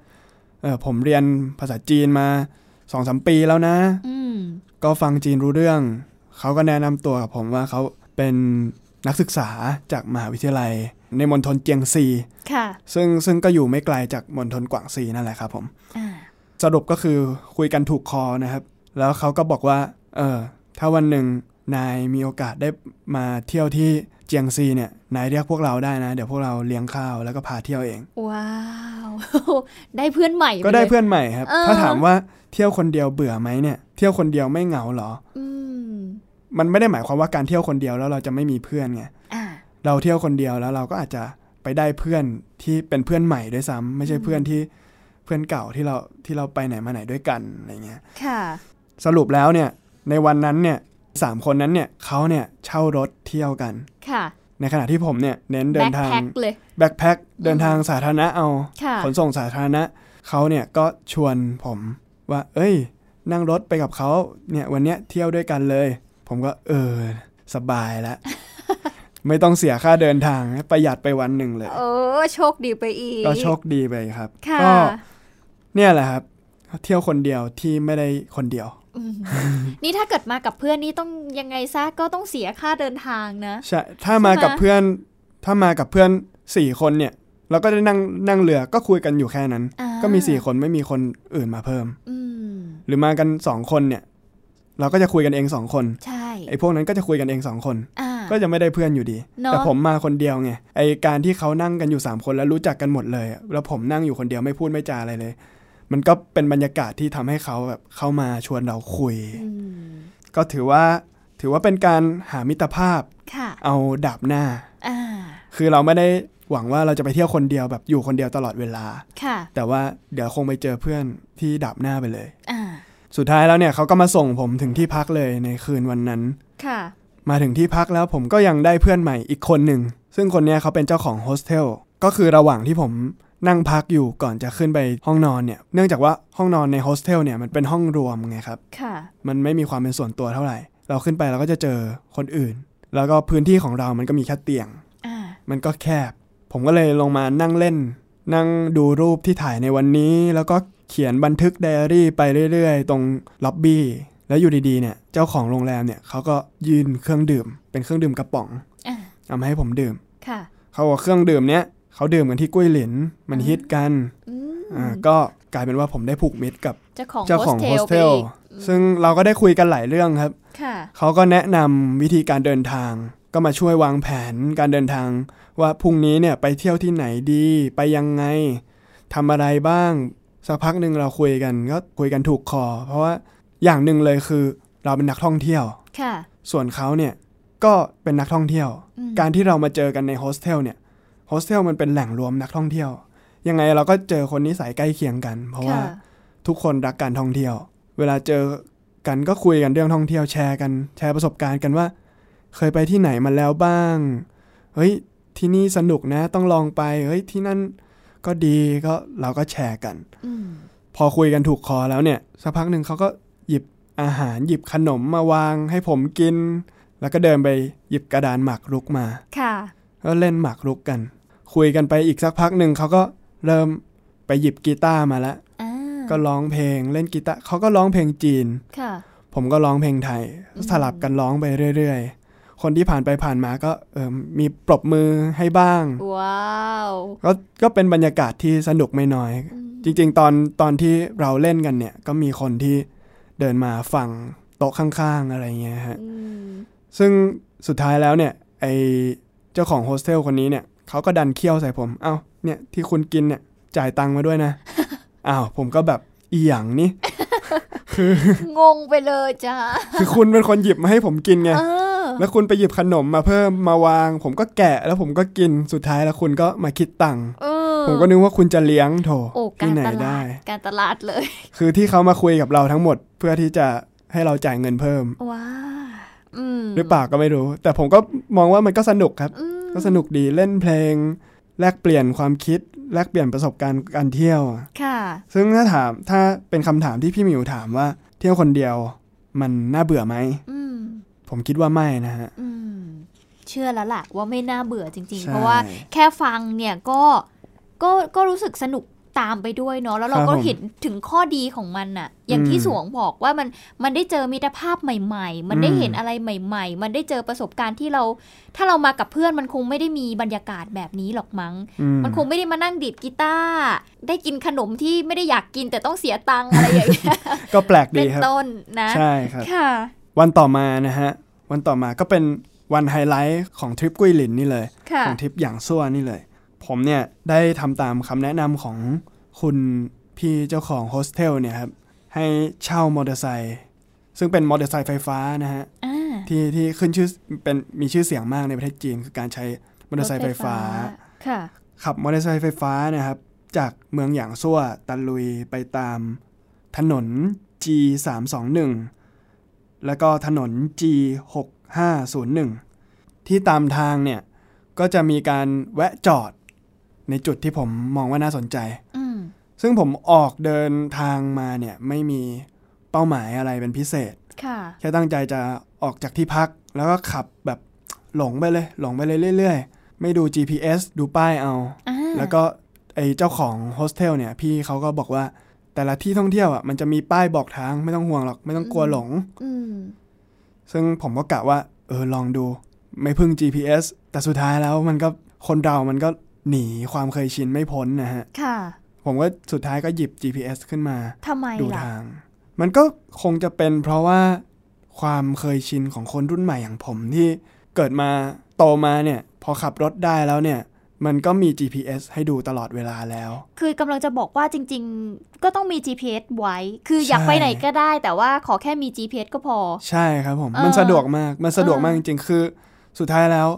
[SPEAKER 2] เออผมเรียนภาษาจีนมาสองสามปีแล้วนะ
[SPEAKER 1] อืม
[SPEAKER 2] ก็ฟังจีนรู้เรื่อง เขาก็แนะนำตัวกับผมว่าเขาเป็นนักศึกษาจากมหาวิทยาลัย ในมณฑลเจียงซี
[SPEAKER 1] ค่ะ
[SPEAKER 2] ซึ่งซึ่งก็อยู่ไม่ไกลจากมณฑลกวางซีนั่นแหละครับผม
[SPEAKER 1] อ่า
[SPEAKER 2] สรุปก็คือคุยกันถูกคอนะครับ แล้วเขาก็บอกว่า เออ ถ้าวันหนึ่งนายมีโอกาสได้มาเที่ยวที่เจียงซีเนี่ย นายเรียกพวกเราได้นะ เดี๋ยวพวกเราเลี้ยงข้าวแล้วก็พาเที่ยวเอง
[SPEAKER 1] ว้าว ได้เพื่อนใหม่ปลย
[SPEAKER 2] ก็ได้เพื่อนใหม่ครับ
[SPEAKER 1] เออ
[SPEAKER 2] ถ้าถามว่าเที่ยวคนเดียวเบื่อไหมเนี่ย เที่ยวคนเดียวไม่เหงาเหรอ
[SPEAKER 1] อืม
[SPEAKER 2] มันไม่ได้หมายความว่าการเที่ยวคนเดียวแล้วเราจะไม่มีเพื่อนไง
[SPEAKER 1] อ่า
[SPEAKER 2] เราเที่ยวคนเดียวแล้วเราก็อาจจะไปได้เพื่อนที่เป็นเพื่อนใหม่ด้วยซ้ำไม่ใช่เพื่อนที่เพื่อนเก่าที่เราที่เราไปไหนมาไหนด้วยกันอะไรเงี้ย
[SPEAKER 1] ค่ะ
[SPEAKER 2] สรุปแล้วเนี่ยในวันนั้นเนี่ยสามคนนั้นเนี่ยเขาเนี่ยเช่ารถเที่ยวกัน
[SPEAKER 1] ค่ะ
[SPEAKER 2] ในขณะที่ผมเนี่ยเน้นเดิ
[SPEAKER 1] แบ็
[SPEAKER 2] น
[SPEAKER 1] ค
[SPEAKER 2] ทาง
[SPEAKER 1] แพ็คเลย
[SPEAKER 2] แบ็คแพ็คเดินทางสาธารณะเอา
[SPEAKER 1] ค่ะ
[SPEAKER 2] ขนส่งสาธารณะเขาเนี่ยก็ชวนผมว่า เอ้ย นั่งรถไปกับเขาเนี่ยวันเนี้ยเที่ยวด้วยกันเลย ผมก็เออสบาย แล้ว ไม่ต้องเสียค่าเดินทางประหยัดไปวันหนึ่งเลย
[SPEAKER 1] เออ โชคดีไปอีก
[SPEAKER 2] ก็โชคดีไปครับ
[SPEAKER 1] ค่ะ
[SPEAKER 2] ก็เนี่ยแหละครับ เที่ยวคนเดียวที่ไม่ได้คนเดียว
[SPEAKER 1] นี่ถ้าเกิดมากับเพื่อนนี่ต้องยังไงซะก็ต้องเสียค่าเดินทางนะ
[SPEAKER 2] ใช่ ถ้ามากับเพื่อน ถ้ามากับเพื่อนสี่คนเนี่ย เราก็ได้นั่งนั่งเรือก็คุยกันอยู่แค่นั้น
[SPEAKER 1] อ่า
[SPEAKER 2] ก็มีสี่คนไม่มีคนอื่นมาเพิ่ม
[SPEAKER 1] อืม
[SPEAKER 2] หรือมากันสองคนเนี่ย เราก็จะคุยกันเองสองคน
[SPEAKER 1] ใช่
[SPEAKER 2] ไอ้พวกนั้นก็จะคุยกันเองสองคน
[SPEAKER 1] อ่า
[SPEAKER 2] ก็จะไม่ได้เพื่อนอยู่ดี
[SPEAKER 1] เนอะ
[SPEAKER 2] แต่ผมมาคนเดียวไงไอการที่เขานั่งกันอยู่สามคนแล้วรู้จักกันหมดเลยอะแล้วผมนั่งอยู่คนเดียวไม่พูดไม่จาอะไรเลย มันก็เป็นบรรยากาศที่ทำให้เขาแบบเข้ามาชวนเราคุย
[SPEAKER 1] อืม
[SPEAKER 2] ก็ถือว่าถือว่าเป็นการหามิตรภาพ
[SPEAKER 1] ค่ะ
[SPEAKER 2] เอาดาบหน้า
[SPEAKER 1] อ่า
[SPEAKER 2] คือเราไม่ได้หวังว่าเราจะไปเที่ยวคนเดียวแบบอยู่คนเดียวตลอดเวลา
[SPEAKER 1] ค่ะ
[SPEAKER 2] แต่ว่าเดี๋ยวคงไปเจอเพื่อนที่ดาบหน้าไปเลย
[SPEAKER 1] อ่า
[SPEAKER 2] สุดท้ายแล้วเนี่ยเขาก็มาส่งผมถึงที่พักเลยในคืนวันนั้น
[SPEAKER 1] ค่ะ
[SPEAKER 2] มาถึงที่พักแล้วผมก็ยังได้เพื่อนใหม่อีกคนหนึ่ง ซึ่งคนเนี้ยเขาเป็นเจ้าของโฮสเทลก็คือระหว่างที่ผมนั่งพักอยู่ก่อนจะขึ้นไปห้องนอนเนี่ยเนื่องจากว่าห้องนอนในโฮสเทลเนี่ยมันเป็นห้องรวมไงครับ
[SPEAKER 1] ค่ะ
[SPEAKER 2] มันไม่มีความเป็นส่วนตัวเท่าไหร่ เราขึ้นไปเราก็จะเจอคนอื่น แล้วก็พื้นที่ของเรามันก็มีแค่เตียง
[SPEAKER 1] อ่า
[SPEAKER 2] มันก็แคบ ผมก็เลยลงมานั่งเล่น นั่งดูรูปที่ถ่ายในวันนี้ แล้วก็เขียนบันทึกไดอารี่ไปเรื่อยๆ ตรงล็อบบี้ แล้วอยู่ดีๆ เนี่ย เจ้าของโรงแรมเนี่ยเขาก็ยืนเครื่องดื่ม เป็นเครื่องดื่มกระป๋อง
[SPEAKER 1] อ่า
[SPEAKER 2] เอามาให้ผมดื่ม
[SPEAKER 1] ค่ะ
[SPEAKER 2] เขาบอกเครื่องดื่มเนี้ยเขาดื่มกันที่กุ้ยหลิน มันฮิตกัน
[SPEAKER 1] อืม
[SPEAKER 2] อ่า ก็กลายเป็นว่าผมได้ผูกมิตรกับ
[SPEAKER 1] เจ้าของ
[SPEAKER 2] เจ้าของโฮสเทล
[SPEAKER 1] ไปอีก
[SPEAKER 2] ซึ่งเราก็ได้คุยกันหลายเรื่องครับ
[SPEAKER 1] ค่ะ
[SPEAKER 2] เขาก็แนะนำวิธีการเดินทาง ก็มาช่วยวางแผนการเดินทาง ว่าพรุ่งนี้เนี่ยไปเที่ยวที่ไหนดีไปยังไงทำอะไรบ้าง สักพักหนึ่งเราคุยกันก็คุยกันถูกคอ เพราะว่าอย่างหนึ่งเลยคือเราเป็นนักท่องเที่ยว
[SPEAKER 1] ค่ะ
[SPEAKER 2] ส่วนเขาเนี่ยก็เป็นนักท่องเที่ยว
[SPEAKER 1] อืม
[SPEAKER 2] การที่เรามาเจอกันในโฮสเทลเนี่ยโฮสเทลมันเป็นแหล่งรวมนักท่องเที่ยว ยังไงเราก็เจอคนนิสัยใกล้เคียงกัน เพราะว่า
[SPEAKER 1] ค่ะ
[SPEAKER 2] ทุกคนรักการท่องเที่ยว เวลาเจอกันก็คุยกันเรื่องท่องเที่ยวแชร์กันแชร์ประสบการณ์กันว่า เคยไปที่ไหนมาแล้วบ้าง เฮ้ยที่นี่สนุกนะต้องลองไป เฮ้ยที่นั่นก็ดีก็เราก็แชร์กัน
[SPEAKER 1] อืม
[SPEAKER 2] พอคุยกันถูกคอแล้วเนี่ยสักพักหนึ่งเขาก็หยิบอาหารหยิบขนมมาวางให้ผมกิน แล้วก็เดินไปหยิบกระดานหมากรุกมา
[SPEAKER 1] ค่ะ
[SPEAKER 2] ก็เล่นหมากรุกกัน คุยกันไปอีกสักพักหนึ่งเขาก็เริ่มไปหยิบกีตาร์มาแล้ว
[SPEAKER 1] อ่า
[SPEAKER 2] ก็ร้องเพลงเล่นกีตาร์เขาก็ร้องเพลงจีน
[SPEAKER 1] ค่ะ
[SPEAKER 2] ผมก็ร้องเพลงไทย สลับกันร้องไปเรื่อยๆ คนที่ผ่านไปผ่านมาก็เออมีปรบมือให้บ้าง
[SPEAKER 1] ว้าว
[SPEAKER 2] ก็ก็เป็นบรรยากาศที่สนุกไม่น้อย จริงๆ ตอนตอนที่เราเล่นกันเนี่ย ก็มีคนที่เดินมาฝั่งโต๊ะข้างๆ อะไรเงี้ยฮะ
[SPEAKER 1] อืม
[SPEAKER 2] ซึ่งสุดท้ายแล้วเนี่ย ไอเจ้าของโฮสเทลคนนี้เนี่ยเขาก็ดันเคี้ยวใส่ผม เอ้าเนี่ยที่คุณกินเนี่ยจ่ายตังค์มาด้วย นะ อ้าวผมก็แบบอีหยังนี่
[SPEAKER 1] งงไปเลย จ้า
[SPEAKER 2] คือคุณเป็นคนหยิบมาให้ผมกินไง
[SPEAKER 1] เออ
[SPEAKER 2] แล้วคุณไปหยิบขนมมาเพิ่มมาวาง ผมก็แกะแล้วผมก็กินสุดท้ายแล้วคุณก็มาคิดตังค์
[SPEAKER 1] เออ
[SPEAKER 2] ผมก็นึกว่าคุณจะเลี้ยงโถ
[SPEAKER 1] โอ้
[SPEAKER 2] ที่
[SPEAKER 1] การ
[SPEAKER 2] ไหน
[SPEAKER 1] ตลา
[SPEAKER 2] ได้
[SPEAKER 1] ดการตลาดเลย
[SPEAKER 2] คือที่เขามาคุยกับเราทั้งหมด เพื่อที่จะให้เราจ่ายเงินเพิ่ม
[SPEAKER 1] ว้าอืม
[SPEAKER 2] หรือเปล่าก็ไม่รู้ แต่ผมก็มองว่ามันก็สนุกครับ
[SPEAKER 1] อืม
[SPEAKER 2] ก็สนุกดีเล่นเพลง แลกเปลี่ยนความคิด แลกเปลี่ยนประสบการณ์การเที่ยว
[SPEAKER 1] ค่ะ
[SPEAKER 2] ซึ่งถ้าถามถ้าเป็นคำถามที่พี่หมิวถามว่า เที่ยวคนเดียวมันน่าเบื่อไหม
[SPEAKER 1] อืม
[SPEAKER 2] ผมคิดว่าไม่นะฮะ
[SPEAKER 1] อืม เชื่อแล้วล่ะว่าไม่น่าเบื่อจริง ๆ
[SPEAKER 2] ใช่
[SPEAKER 1] เพราะว่าแค่ฟังเนี่ยก็ก็ก็รู้สึกสนุกตามไปด้วยเนาะแล้วเรา
[SPEAKER 2] ครับ
[SPEAKER 1] ก็
[SPEAKER 2] ผม
[SPEAKER 1] เห็นถึงข้อดีของมันน่ะ อย่างที่
[SPEAKER 2] อืม
[SPEAKER 1] สวงบอกว่ามันมันได้เจอมิตรภาพใหม่ ๆ มันได้
[SPEAKER 2] อืม
[SPEAKER 1] เห็นอะไรใหม่ ๆ มันได้เจอประสบการณ์ที่เรา ถ้าเรามากับเพื่อนมันคงไม่ได้มีบรรยากาศแบบนี้หรอกมั้ง
[SPEAKER 2] อืม
[SPEAKER 1] มันคงไม่ได้มานั่งดีดกีตาร์ได้กินขนมที่ไม่ได้อยากกินแต่ต้องเสียตังค์อะไรอย่างเงี้ย
[SPEAKER 2] ก็แปลก
[SPEAKER 1] เป็
[SPEAKER 2] ดี
[SPEAKER 1] น
[SPEAKER 2] ครับ
[SPEAKER 1] ต้นนะ
[SPEAKER 2] ใช่ครับ
[SPEAKER 1] ค่ะ
[SPEAKER 2] วันต่อมานะฮะ วันต่อมาก็เป็นวันไฮไลท์ของทริปกุ้ยหลินนี่เลย
[SPEAKER 1] ค่ะ
[SPEAKER 2] ของทริปอย่างซัวนี่เลย ผมเนี่ยได้ทำตามคำแนะนำของคุณพี่เจ้าของโฮสเทลเนี่ยครับ ให้เช่ามอเตอร์ไซค์ซึ่งเป็นมอเตอร์ไซค์ไฟฟ้านะฮะ
[SPEAKER 1] อ่า
[SPEAKER 2] ที่ที่ขึ้นชื่อเป็นมีชื่อเสียงมากในประเทศจีน คือการใช้มอเตอร์ไซค์ไฟฟ้า
[SPEAKER 1] ค่ะ
[SPEAKER 2] ขับมอเตอร์ไซค์ไฟฟ้านะครับ จากเมืองหยางซั่วตะลุยไปตามถนน G 3 2 1แล้วก็ถนน G 6 5 0 1ที่ตามทางเนี่ย ก็จะมีการแวะจอดในจุดที่ผมมองว่าน่าสนใจ
[SPEAKER 1] อืม
[SPEAKER 2] ซึ่งผมออกเดินทางมาเนี่ย ไม่มีเป้าหมายอะไรเป็นพิเศษ
[SPEAKER 1] ค่ะ
[SPEAKER 2] แค่ตั้งใจจะออกจากที่พัก แล้วก็ขับแบบหลงไปเลย หลงไปเลยเรื่อยๆ ไม่ดู GPS ดูป้ายเอา
[SPEAKER 1] อ่า
[SPEAKER 2] แล้วก็ไอเจ้าของโฮสเทลเนี่ย พี่เขาก็บอกว่าแต่ละที่ท่องเที่ยวอ่ะมันจะมีป้ายบอกทางไม่ต้องห่วงหรอก ไม่ต้องกลัวหลง
[SPEAKER 1] อืม
[SPEAKER 2] ซึ่งผมก็กะว่า เออลองดู ไม่พึ่ง GPS แต่สุดท้ายแล้วมันก็คนเรามันก็หนีความเคยชินไม่พ้นนะฮะ
[SPEAKER 1] ค่ะ
[SPEAKER 2] ผมก็สุดท้ายก็หยิบ GPS ขึ้นมา
[SPEAKER 1] ทำไม
[SPEAKER 2] ดู
[SPEAKER 1] ล่ะ
[SPEAKER 2] ทาง มันก็คงจะเป็นเพราะว่าความเคยชินของคนรุ่นใหม่อย่างผมที่เกิดมาโตมาเนี่ย พอขับรถได้แล้วเนี่ย มันก็มี GPS ให้ดูตลอดเวลาแล้ว
[SPEAKER 1] คือกำลังจะบอกว่าจริง ๆ ก็ต้องมี GPS ไว้ คืออยาก
[SPEAKER 2] ใช่
[SPEAKER 1] ไปไหนก็ได้ แต่ว่าขอแค่มี GPS ก็พอ
[SPEAKER 2] ใช่ครับผม
[SPEAKER 1] เออ
[SPEAKER 2] มันสะดวกมาก มันสะดวก
[SPEAKER 1] เออ
[SPEAKER 2] มากจริงๆ คือ สุดท้ายแล้ว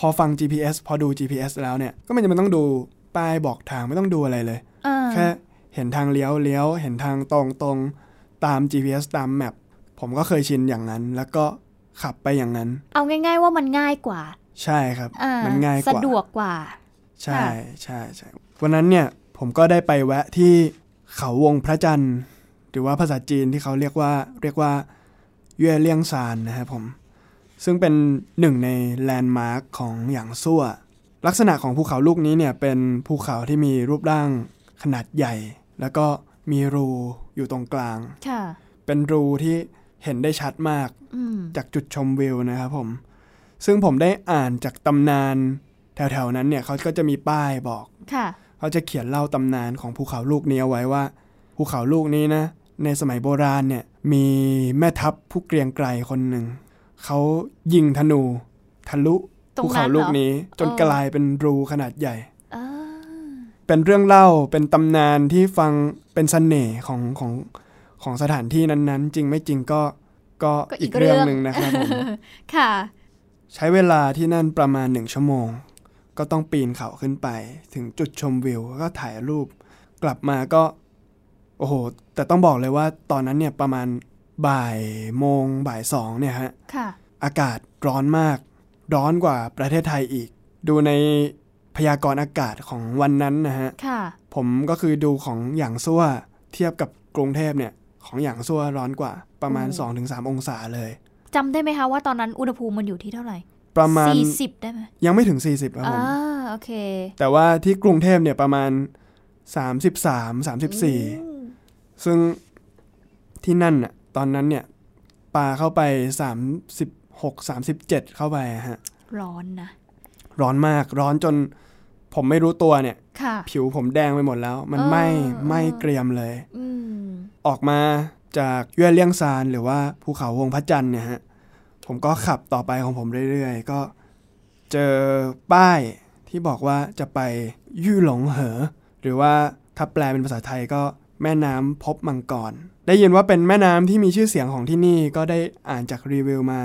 [SPEAKER 2] พอฟัง GPS พอดู GPS แล้วเนี่ย ก็ไม่จำเป็นต้องดูป้ายบอกทางไม่ต้องดูอะไรเลย
[SPEAKER 1] อ่า
[SPEAKER 2] แค่เห็นทางเลี้ยวเลี้ยวเห็นทางตรงตรงตาม GPS ตามแมปผมก็เคยชินอย่างนั้น แล้วก็ขับไปอย่างนั้น
[SPEAKER 1] เอาง่าย ๆ ว่ามันง่ายกว่า
[SPEAKER 2] ใช่ครับ
[SPEAKER 1] อ่า
[SPEAKER 2] มันง่ายก
[SPEAKER 1] สะ
[SPEAKER 2] ว่า
[SPEAKER 1] ดวกกว่า
[SPEAKER 2] ใช่
[SPEAKER 1] ค่ะ
[SPEAKER 2] ใช่ใช่วันนั้นเนี่ยผมก็ได้ไปแวะที่เขาวงพระจันทร์ หรือว่าภาษาจีนที่เขาเรียกว่าเรียกว่าเย่เลี่ยงซานนะครับผม ซึ่งเป็นหนึ่งในแลนด์มาร์คของหยางซั่ว ลักษณะของภูเขาลูกนี้เนี่ยเป็นภูเขาที่มีรูปร่างขนาดใหญ่ แล้วก็มีรูอยู่ตรงกลาง
[SPEAKER 1] ค่ะ
[SPEAKER 2] เป็นรูที่เห็นได้ชัดมาก
[SPEAKER 1] อืม
[SPEAKER 2] จากจุดชมวิวนะครับผม ซึ่งผมได้อ่านจากตำนานแถวๆนั้นเนี่ยเขาก็จะมีป้ายบอก
[SPEAKER 1] ค่ะ
[SPEAKER 2] เขาจะเขียนเล่าตำนานของภูเขาลูกนี้เอาไว้ว่า ภูเขาลูกนี้นะ ในสมัยโบราณเนี่ยมีแม่ทัพผู้เกรียงไกรคนหนึ่ง เขายิงธนู ทะลุ
[SPEAKER 1] ตรง
[SPEAKER 2] ภู
[SPEAKER 1] นั้นเหรอ
[SPEAKER 2] เขาลูกนี้ จน
[SPEAKER 1] เออ
[SPEAKER 2] กลายเป็นรูขนาดใหญ่
[SPEAKER 1] อ่า
[SPEAKER 2] เป็นเรื่องเล่าเป็นตำนานที่ฟังเป็นเสน่ห์ของของของสถานที่นั้นๆ จริงไม่จริงก็ก็
[SPEAKER 1] ก็
[SPEAKER 2] อี
[SPEAKER 1] อี
[SPEAKER 2] ก
[SPEAKER 1] ก
[SPEAKER 2] เรื่
[SPEAKER 1] เรื่
[SPEAKER 2] อ
[SPEAKER 1] อง ง
[SPEAKER 2] หนึ่งนะครับผม
[SPEAKER 1] ค่ะ
[SPEAKER 2] ใช้เวลาที่นั่นประมาณหนึ่งชั่วโมง ก็ต้องปีนเขาขึ้นไป ถึงจุดชมวิว ก็ถ่ายรูป กลับมาก็ โอ้โห แต่ต้องบอกเลยว่าตอนนั้นเนี่ยประมาณบ่ายโมงบ่ายสองเนี่ยฮะ
[SPEAKER 1] ค่ะ
[SPEAKER 2] อากาศร้อนมาก ร้อนกว่าประเทศไทยอีก ดูในพยากรณ์อากาศของวันนั้นนะฮะ
[SPEAKER 1] ค่ะ
[SPEAKER 2] ผมก็คือดูของอย่างซั่วเทียบกับกรุงเทพเนี่ย ของอย่างซั่วร้อนกว่าประมาณ
[SPEAKER 1] โอ้
[SPEAKER 2] 2-3 องศาเลย
[SPEAKER 1] จำได้ไหมคะว่าตอนนั้นอุณหภูมิมันอยู่ที่เท่าไหร่
[SPEAKER 2] ประมาณ
[SPEAKER 1] สี่สิบได้ไหม
[SPEAKER 2] ยังไม่ถึง 40ครับผ
[SPEAKER 1] อ่าม โอเค
[SPEAKER 2] แต่ว่าที่กรุงเทพเนี่ยประมาณ 33
[SPEAKER 1] อื
[SPEAKER 2] 34
[SPEAKER 1] ม
[SPEAKER 2] ซึ่งที่นั่นน่ะตอนนั้นเนี่ยปาเข้าไป 36 37 เข้าไปอะฮะ
[SPEAKER 1] ร้อนนะ
[SPEAKER 2] ร้อนมากร้อนจนผมไม่รู้ตัวเนี่ย
[SPEAKER 1] ค่ะ
[SPEAKER 2] ผิวผมแดงไปหมดแล้ว มัน
[SPEAKER 1] เออ
[SPEAKER 2] ไหม้
[SPEAKER 1] เออ
[SPEAKER 2] ไหม้เกรียมเลย
[SPEAKER 1] อืม
[SPEAKER 2] ออกมาจากเยื่อเลี้ยงซานหรือว่าภูเขาวงพระจันทร์เนี่ยฮะ ผมก็ขับต่อไปของผมเรื่อยๆ ก็เจอป้ายที่บอกว่าจะไปยู่หลงเหอ หรือว่าถ้าแปลเป็นภาษาไทยก็แม่น้ำพบมังกร ได้ยินว่าเป็นแม่น้ำที่มีชื่อเสียงของที่นี่ก็ได้อ่านจากรีวิวมา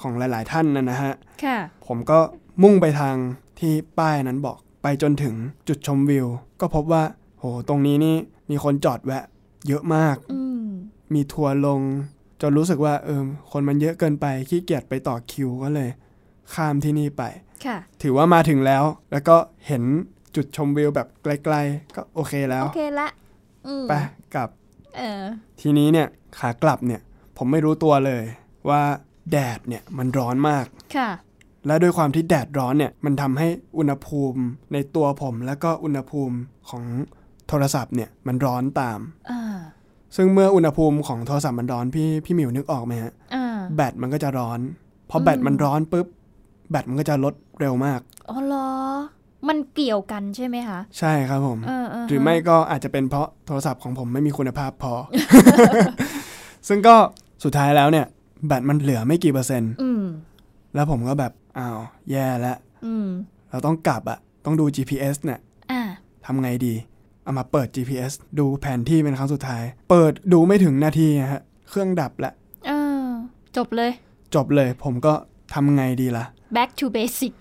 [SPEAKER 2] ของหลายๆท่านนะนะฮะ
[SPEAKER 1] ค่ะ
[SPEAKER 2] ผมก็มุ่งไปทางที่ป้ายนั้นบอกไปจนถึงจุดชมวิว ก็พบว่า โห ตรงนี้นี่มีคนจอดแวะ เยอะมาก
[SPEAKER 1] อืม
[SPEAKER 2] มีทัวร์ลง จนรู้สึกว่า เออคนมันเยอะเกินไปขี้เกียจไปต่อคิวก็เลย ข้ามที่นี่ไป
[SPEAKER 1] ค่ะ
[SPEAKER 2] ถือว่ามาถึงแล้ว แล้วก็เห็นจุดชมวิวแบบไกลๆ ก็โอเคแล้
[SPEAKER 1] โอ
[SPEAKER 2] ว
[SPEAKER 1] เคละ อืม
[SPEAKER 2] ไปกลับ
[SPEAKER 1] เออ
[SPEAKER 2] ทีนี้เนี่ยขากลับเนี่ย ผมไม่รู้ตัวเลย ว่าแดดเนี่ยมันร้อนมาก
[SPEAKER 1] ค่ะ
[SPEAKER 2] และด้วยความที่แดดร้อนเนี่ย มันทำให้อุณหภูมิในตัวผมแล้วก็อุณหภูมิของโทรศัพท์เนี่ย มันร้อนตาม
[SPEAKER 1] อ่า
[SPEAKER 2] ซึ่งเมื่ออุณหภูมิของโทรศัพท์มันร้อนพี่พี่หมิวนึกออกไหมฮะ
[SPEAKER 1] อ่า
[SPEAKER 2] แบตมันก็จะร้อน พอแบตมันร้อนปุ๊บ แบตมันก็จะลดเร็วมาก
[SPEAKER 1] อ๋อเหรอ มันเกี่ยวกันใช่ไหมคะ
[SPEAKER 2] ใช่ครับผม
[SPEAKER 1] เออเออ
[SPEAKER 2] หรือไม่ก็อาจจะเป็นเพราะโทรศัพท์ของผมไม่มีคุณภาพ พอ ซึ่งก็สุดท้ายแล้วเนี่ย แบตมันเหลือไม่กี่เปอร์เซ็นต์
[SPEAKER 1] อืม
[SPEAKER 2] แล้วผมก็แบบอ้าวแย่แล้ว
[SPEAKER 1] อืม
[SPEAKER 2] เราต้องกลับอะต้องดู GPS เนี่ย
[SPEAKER 1] อ่า
[SPEAKER 2] ทำไงดี เอามาเปิด GPS ดูแผนที่เป็นครั้งสุดท้าย เปิดดูไม่ถึงนาทีอะฮะ เครื่องดับละ
[SPEAKER 1] เออ จบเลย
[SPEAKER 2] จบเลย ผมก็ทำไงดีล่ะ
[SPEAKER 1] back to basic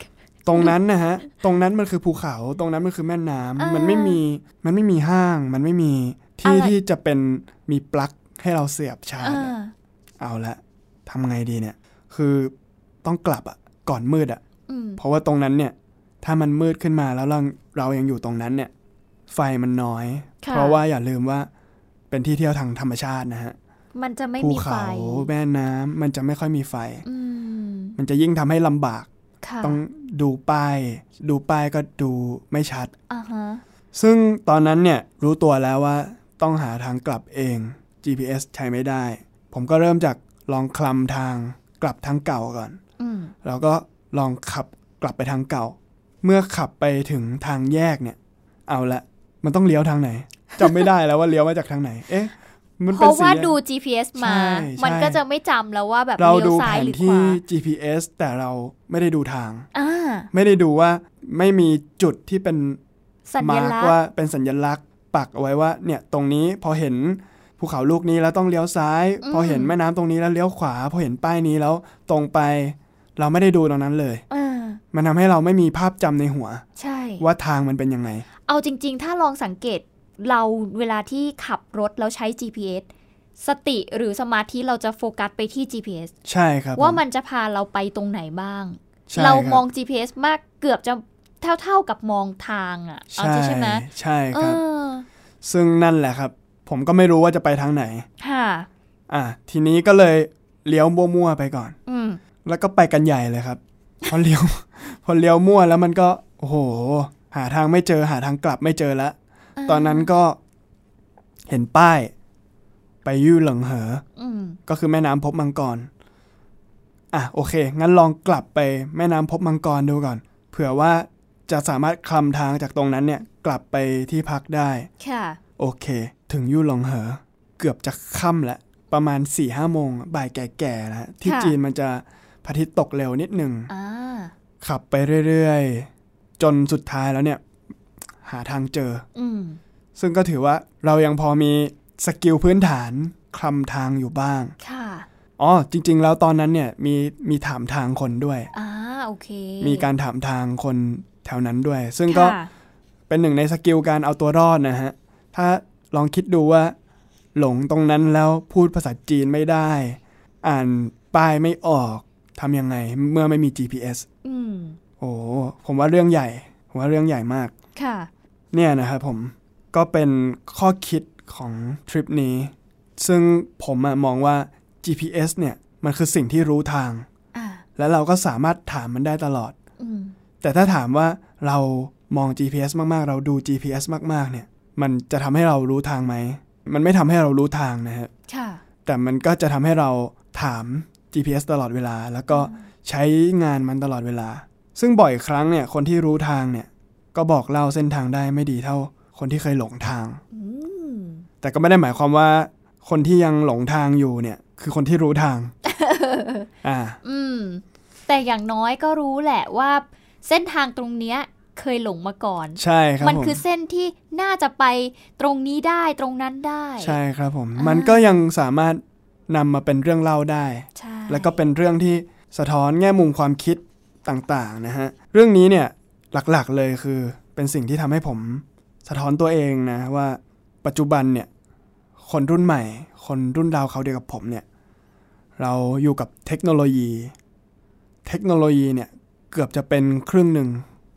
[SPEAKER 2] ตรงนั้นนะฮะ ตรงนั้นมันคือภูเขา ตรงนั้นมันคือแม่น้ำ
[SPEAKER 1] อ่ามั
[SPEAKER 2] มันไม่มี มันไม่มีห้าง มันไม่มีที่
[SPEAKER 1] อะไร
[SPEAKER 2] ที่จะเป็นมีปลั๊กให้เราเสียบชาร์
[SPEAKER 1] เออ
[SPEAKER 2] จอะเอาละทำไงดีเนี่ย คือต้องกลับอะก่อนมืดอะ
[SPEAKER 1] อืม
[SPEAKER 2] เพราะว่าตรงนั้นเนี่ย ถ้ามันมืดขึ้นมาแล้วเราเรายังอยู่ตรงนั้นเนี่ย ไฟมันน้อย
[SPEAKER 1] ค่ะ
[SPEAKER 2] เพราะว่าอย่าลืมว่าเป็นที่เที่ยวทางธรรมชาตินะฮะ
[SPEAKER 1] มันจะไม่
[SPEAKER 2] ภู
[SPEAKER 1] มีไฟ
[SPEAKER 2] เขาแม่น้ำมันจะไม่ค่อยมีไฟ
[SPEAKER 1] อืม
[SPEAKER 2] มันจะยิ่งทำให้ลำบาก
[SPEAKER 1] ค่ะ
[SPEAKER 2] ต้องดูป้าย ดูป้ายก็ดูไม่ชัด
[SPEAKER 1] อ่าฮะ
[SPEAKER 2] ซึ่งตอนนั้นเนี่ยรู้ตัวแล้วว่าต้องหาทางกลับเอง GPS ใช้ไม่ได้ ผมก็เริ่มจากลองคลำทางกลับทางเก่าก่อน
[SPEAKER 1] อืม
[SPEAKER 2] แล้วก็ลองขับกลับไปทางเก่า เมื่อขับไปถึงทางแยกเนี่ย เอาละ มันต้องเลี้ยวทางไหนจำไม่ได้แล้วว่าเลี้ยวมาจากทางไหน เอ๊ะ มัน
[SPEAKER 1] เพ
[SPEAKER 2] เป็น
[SPEAKER 1] ราะ
[SPEAKER 2] สี
[SPEAKER 1] ว่า
[SPEAKER 2] แยก
[SPEAKER 1] ดู GPS มา
[SPEAKER 2] ใช่
[SPEAKER 1] มัน
[SPEAKER 2] ใช่
[SPEAKER 1] ก็จะไม่จำแล้วว่าแบบ
[SPEAKER 2] เรา
[SPEAKER 1] เลี้ย
[SPEAKER 2] ดู
[SPEAKER 1] ว
[SPEAKER 2] แผ
[SPEAKER 1] ซ้าย
[SPEAKER 2] น
[SPEAKER 1] หรือข
[SPEAKER 2] ที่
[SPEAKER 1] วา
[SPEAKER 2] GPS แต่เราไม่ได้ดูทาง
[SPEAKER 1] อ่า
[SPEAKER 2] ไม่ได้ดูว่าไม่มีจุดที่เป็น
[SPEAKER 1] สัญ
[SPEAKER 2] มา
[SPEAKER 1] ลั
[SPEAKER 2] ร์
[SPEAKER 1] กษ
[SPEAKER 2] กว่า
[SPEAKER 1] ณ์
[SPEAKER 2] เป็นสัญลักษณ์ปักเอาไว้ว่า เนี่ยตรงนี้พอเห็นภูเขาลูกนี้แล้วต้องเลี้ยวซ้าย
[SPEAKER 1] อืม
[SPEAKER 2] พอเห็นแม่น้ำตรงนี้แล้วเลี้ยวขวา พอเห็นป้ายนี้แล้วตรงไป เราไม่ได้ดูตรงนั้นเลย
[SPEAKER 1] เออ
[SPEAKER 2] มันทำให้เราไม่มีภาพจำในหัว
[SPEAKER 1] ใช่
[SPEAKER 2] ว่าทางมันเป็นยังไง
[SPEAKER 1] เอาจริง ๆ ถ้าลองสังเกตเราเวลาที่ขับรถแล้วใช้ GPS สติหรือสมาธิเราจะโฟกัสไปที่ GPS
[SPEAKER 2] ใช่ครับ
[SPEAKER 1] ว่า
[SPEAKER 2] ผ
[SPEAKER 1] มันจะพาเราไปตรงไหนบ้าง
[SPEAKER 2] ใช่
[SPEAKER 1] เรามอง
[SPEAKER 2] คบ
[SPEAKER 1] GPS มากเกือบจะเท่าๆกับมองทางอะเอา
[SPEAKER 2] ใช่
[SPEAKER 1] จริงใช่ไหม
[SPEAKER 2] ใช่
[SPEAKER 1] เอ
[SPEAKER 2] ครับ
[SPEAKER 1] อ
[SPEAKER 2] ซึ่งนั่นแหละครับ ผมก็ไม่รู้ว่าจะไปทางไหน
[SPEAKER 1] ค่ะ
[SPEAKER 2] อ่ะทีนี้ก็เลยเลี้ยวมั่วๆไปก่อน
[SPEAKER 1] อืม
[SPEAKER 2] แล้วก็ไปกันใหญ่เลยครับ พอเลี้ยว พอเลี้ยวมั่วแล้วมันก็โอ้โห หาทางไม่เจอหาทางกลับไม่เจอละ
[SPEAKER 1] อ่า
[SPEAKER 2] ตอนนั้นก็เห็นป้าย ไปยู่เหลิงเหอ
[SPEAKER 1] อืม
[SPEAKER 2] ก็คือแม่น้ำพบมังกร อ่ะโอเค งั้นลองกลับไปแม่น้ำพบมังกรดูก่อน เผื่อว่าจะสามารถคลำทางจากตรงนั้นเนี่ย กลับไปที่พักได้
[SPEAKER 1] ค่ะ
[SPEAKER 2] โอเค ถึงยู่หลงเหอ เกือบจะค่ำแล้ว ประมาณ4ี่ห้าโมงบ่ายแก่ๆแล้วที่
[SPEAKER 1] ค่ะ
[SPEAKER 2] จีนมันจะพระอาทิตย์ตกเร็วนิดหนึ่ง
[SPEAKER 1] อ่า
[SPEAKER 2] ขับไปเรื่อยๆ จนสุดท้ายแล้วเนี่ย หาทางเจอ
[SPEAKER 1] อืม
[SPEAKER 2] ซึ่งก็ถือว่าเรายังพอมีสกิลพื้นฐานคลำทางอยู่บ้าง
[SPEAKER 1] ค่ะ
[SPEAKER 2] อ๋อ จริง ๆ แล้วตอนนั้นเนี่ยมีมีถามทางคนด้วย
[SPEAKER 1] อ่า โอเค
[SPEAKER 2] มีการถามทางคนแถวนั้นด้วย ซึ่งก็
[SPEAKER 1] ค่ะ
[SPEAKER 2] เป็นหนึ่งในสกิลการเอาตัวรอดนะฮะ ถ้า ลองคิดดูว่า หลงตรงนั้นแล้วพูดภาษาจีนไม่ได้ อ่านป้ายไม่ออกทำยังไงเมื่อไม่มี GPS
[SPEAKER 1] อืม
[SPEAKER 2] โอ้ผมว่าเรื่องใหญ่ ผมว่าเรื่องใหญ่มาก
[SPEAKER 1] ค่ะ
[SPEAKER 2] เนี่ยนะครับผมก็เป็นข้อคิดของทริปนี้ ซึ่งผมอะมองว่า GPS เนี่ยมันคือสิ่งที่รู้ทาง
[SPEAKER 1] อ่า
[SPEAKER 2] และเราก็สามารถถามมันได้ตลอด
[SPEAKER 1] อืม
[SPEAKER 2] แต่ถ้าถามว่าเรามอง GPS มากๆ เราดู GPS มากๆ เนี่ย มันจะทำให้เรารู้ทางไหม มันไม่ทำให้เรารู้ทางนะฮะ
[SPEAKER 1] ค่ะ
[SPEAKER 2] แต่มันก็จะทำให้เราถาม GPS ตลอดเวลา แล้วก็ใช้งานมันตลอดเวลา ซึ่งบ่อยครั้งเนี่ย คนที่รู้ทางเนี่ย ก็บอกเล่าเส้นทางได้ไม่ดีเท่า คนที่เคยหลงทาง
[SPEAKER 1] อืม
[SPEAKER 2] แต่ก็ไม่ได้หมายความว่า คนที่ยังหลงทางอยู่เนี่ย คือคนที่รู้ทาง อ่า
[SPEAKER 1] อืม แต่อย่างน้อยก็รู้แหละว่า เส้นทางตรงเนี้ยเคยหลงมาก่อน
[SPEAKER 2] ใช่ครับ
[SPEAKER 1] มัน
[SPEAKER 2] ผม
[SPEAKER 1] คือเส้นที่น่าจะไปตรงนี้ได้ตรงนั้นได้
[SPEAKER 2] ใช่ครับผม
[SPEAKER 1] อ่ามั
[SPEAKER 2] มันก็ยังสามารถนำมาเป็นเรื่องเล่าได้
[SPEAKER 1] ใช่
[SPEAKER 2] แล้วก็เป็นเรื่องที่สะท้อนแง่มุมความคิดต่างๆนะฮะ เรื่องนี้เนี่ยหลักๆเลยคือเป็นสิ่งที่ทำให้ผมสะท้อนตัวเองนะว่าปัจจุบันเนี่ยคนรุ่นใหม่ คนรุ่นราวเขาวเดียวกับผมเนี่ยเราอยู่กับเทคโนโลยี เทคโนโลยีเนี่ยเกือบจะเป็นครึ่งหนึ่ง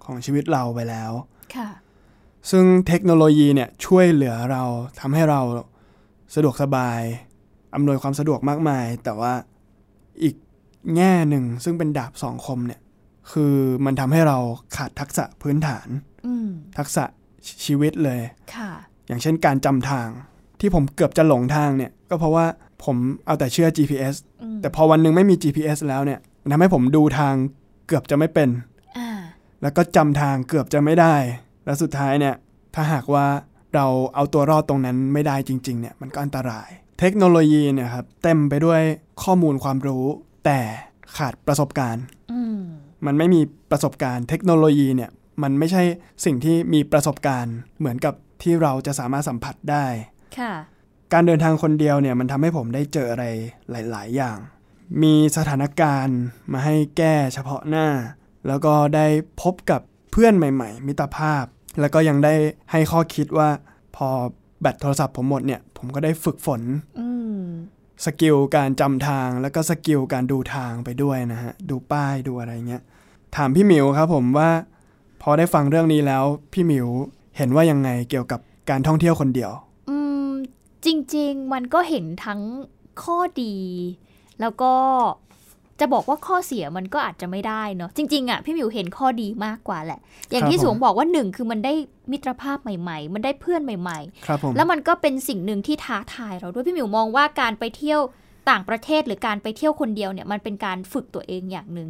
[SPEAKER 2] ของชีวิตเราไปแล้ว
[SPEAKER 1] ค่ะ
[SPEAKER 2] ซึ่งเทคโนโลยีเนี่ยช่วยเหลือเราทำให้เราสะดวกสบาย อำนวยความสะดวกมากมาย แต่ว่าอีกแง่หนึ่งซึ่งเป็นดาบสองคมเนี่ยคือมันทำให้เราขาดทักษะพื้นฐาน
[SPEAKER 1] อืม
[SPEAKER 2] ทักษะชีวิตเลย
[SPEAKER 1] ค่ะ
[SPEAKER 2] อย่างเช่นการจำทาง ที่ผมเกือบจะหลงทางเนี่ยก็เพราะว่าผมเอาแต่เชื่อ GPS
[SPEAKER 1] อืม
[SPEAKER 2] แต่พอวันหนึ่งไม่มี GPS แล้วเนี่ยมันทำให้ผมดูทางเกือบจะไม่เป็น
[SPEAKER 1] อ่า
[SPEAKER 2] แล้วก็จำทางเกือบจะไม่ได้ แล้วสุดท้ายเนี่ย ถ้าหากว่าเราเอาตัวรอดตรงนั้นไม่ได้จริง ๆ เนี่ย มันก็อันตราย เทคโนโลยีเนี่ยครับ เต็มไปด้วยข้อมูลความรู้ แต่ขาดประสบการณ์
[SPEAKER 1] อืม
[SPEAKER 2] มันไม่มีประสบการณ์ เทคโนโลยีเนี่ย มันไม่ใช่สิ่งที่มีประสบการณ์ เหมือนกับที่เราจะสามารถสัมผัสได้
[SPEAKER 1] ค่ะ
[SPEAKER 2] การเดินทางคนเดียวเนี่ยมันทำให้ผมได้เจออะไรหลาย ๆ อย่าง มีสถานการณ์มาให้แก้เฉพาะหน้า แล้วก็ได้พบกับเพื่อนใหม่ ๆ มิตรภาพ แล้วก็ยังได้ให้ข้อคิดว่าพอแบตโทรศัพท์ผมหมดเนี่ย ผมก็ได้ฝึกฝน
[SPEAKER 1] อืม
[SPEAKER 2] สกิลการจำทาง แล้วก็สกิลการดูทางไปด้วยนะฮะ ดูป้ายดูอะไรเงี้ย ถามพี่หมิวครับผมว่า พอได้ฟังเรื่องนี้แล้วพี่หมิวเห็นว่ายังไงเกี่ยวกับการท่องเที่ยวคนเดียว
[SPEAKER 1] อืม จริง ๆ มันก็เห็นทั้งข้อดี แล้วก็จะบอกว่าข้อเสียมันก็อาจจะไม่ได้เนอะจริง ๆ อ่ะ พี่หมิวเห็นข้อดีมากกว่าแหละ อย่างที่
[SPEAKER 2] ครับผม
[SPEAKER 1] สวงบอกว่าหนึ่งคือมันได้มิตรภาพใหม่ ๆ มันได้เพื่อนใหม่ ๆ
[SPEAKER 2] ครับผม
[SPEAKER 1] แล้วมันก็เป็นสิ่งหนึ่งที่ท้าทายเราด้วยพี่หมิวมองว่าการไปเที่ยวต่างประเทศหรือการไปเที่ยวคนเดียวเนี่ยมันเป็นการฝึกตัวเองอย่างหนึ่ง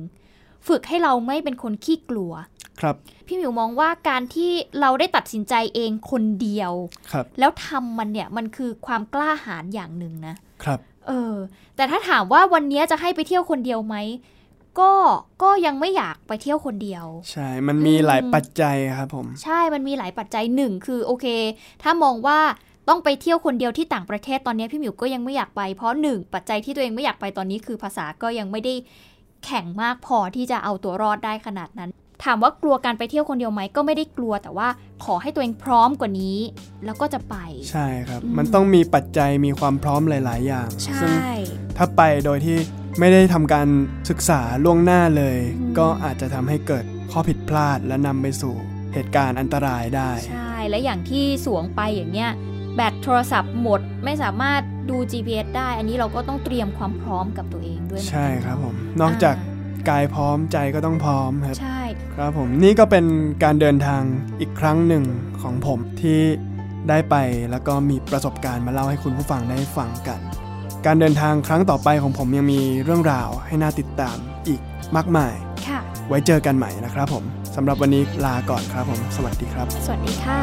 [SPEAKER 1] ฝึกให้เราไม่เป็นคนขี้กลัว
[SPEAKER 2] ครับ
[SPEAKER 1] พี่หมิวมองว่าการที่เราได้ตัดสินใจเองคนเดียว
[SPEAKER 2] ครับ
[SPEAKER 1] แล้วทำมันเนี่ยมันคือความกล้าหาญอย่างหนึ่งนะครับ เออ แต่ถ้าถามว่าวันเนี้ยจะให้ไปเที่ยวคนเดียวไหมก็ก็ยังไม่อยากไปเที่ยวคนเดียว
[SPEAKER 2] ใช่ มันมีหลาย
[SPEAKER 1] อืม
[SPEAKER 2] ปัจจัยครับผม
[SPEAKER 1] ใช่ มันมีหลายปัจจัยหนึ่งคือโอเค ถ้ามองว่าต้องไปเที่ยวคนเดียวที่ต่างประเทศตอนนี้พี่หมิวก็ยังไม่อยากไป เพราะหนึ่งปัจจัยที่ตัวเองไม่อยากไปตอนนี้คือภาษาก็ยังไม่ได้แข็งมากพอที่จะเอาตัวรอดได้ขนาดนั้น ถามว่ากลัวการไปเที่ยวคนเดียวไหมก็ไม่ได้กลัวแต่ว่าขอให้ตัวเองพร้อมกว่านี้ แล้วก็จะไป
[SPEAKER 2] ใช่ครับ
[SPEAKER 1] อืม
[SPEAKER 2] มันต้องมีปัจจัยมีความพร้อมหลาย ๆ อย่าง
[SPEAKER 1] ใช
[SPEAKER 2] ซึ่ง่ ถ้าไปโดยที่ไม่ได้ทำการศึกษาล่วงหน้าเลย
[SPEAKER 1] อืม
[SPEAKER 2] ก็อาจจะทำให้เกิดข้อผิดพลาดและนำไปสู่เหตุการณ์อันตรายได้
[SPEAKER 1] ใช่และอย่างที่สวงไปอย่างเงี้ยแบตโทรศัพท์หมดไม่สามารถดู GPS ได้ อันนี้เราก็ต้องเตรียมความพร้อมกับตัวเองด้วยเหมือน
[SPEAKER 2] ใช่
[SPEAKER 1] กันเนาะ
[SPEAKER 2] ครับผม นอกจากกายพร้อมใจก็ต้องพร้อมครับ
[SPEAKER 1] ใช่
[SPEAKER 2] ครับผมนี่ก็เป็นการเดินทางอีกครั้งหนึ่งของผมที่ได้ไปแล้วก็มีประสบการณ์มาเล่าให้คุณผู้ฟังได้ฟังกัน การเดินทางครั้งต่อไปของผมยังมีเรื่องราวให้น่าติดตามอีกมากมาย
[SPEAKER 1] ค่ะ
[SPEAKER 2] ไว้เจอกันใหม่นะครับผมสำหรับวันนี้ลาก่อนครับผม สวัสดีครับ
[SPEAKER 1] สวัสดีค่ะ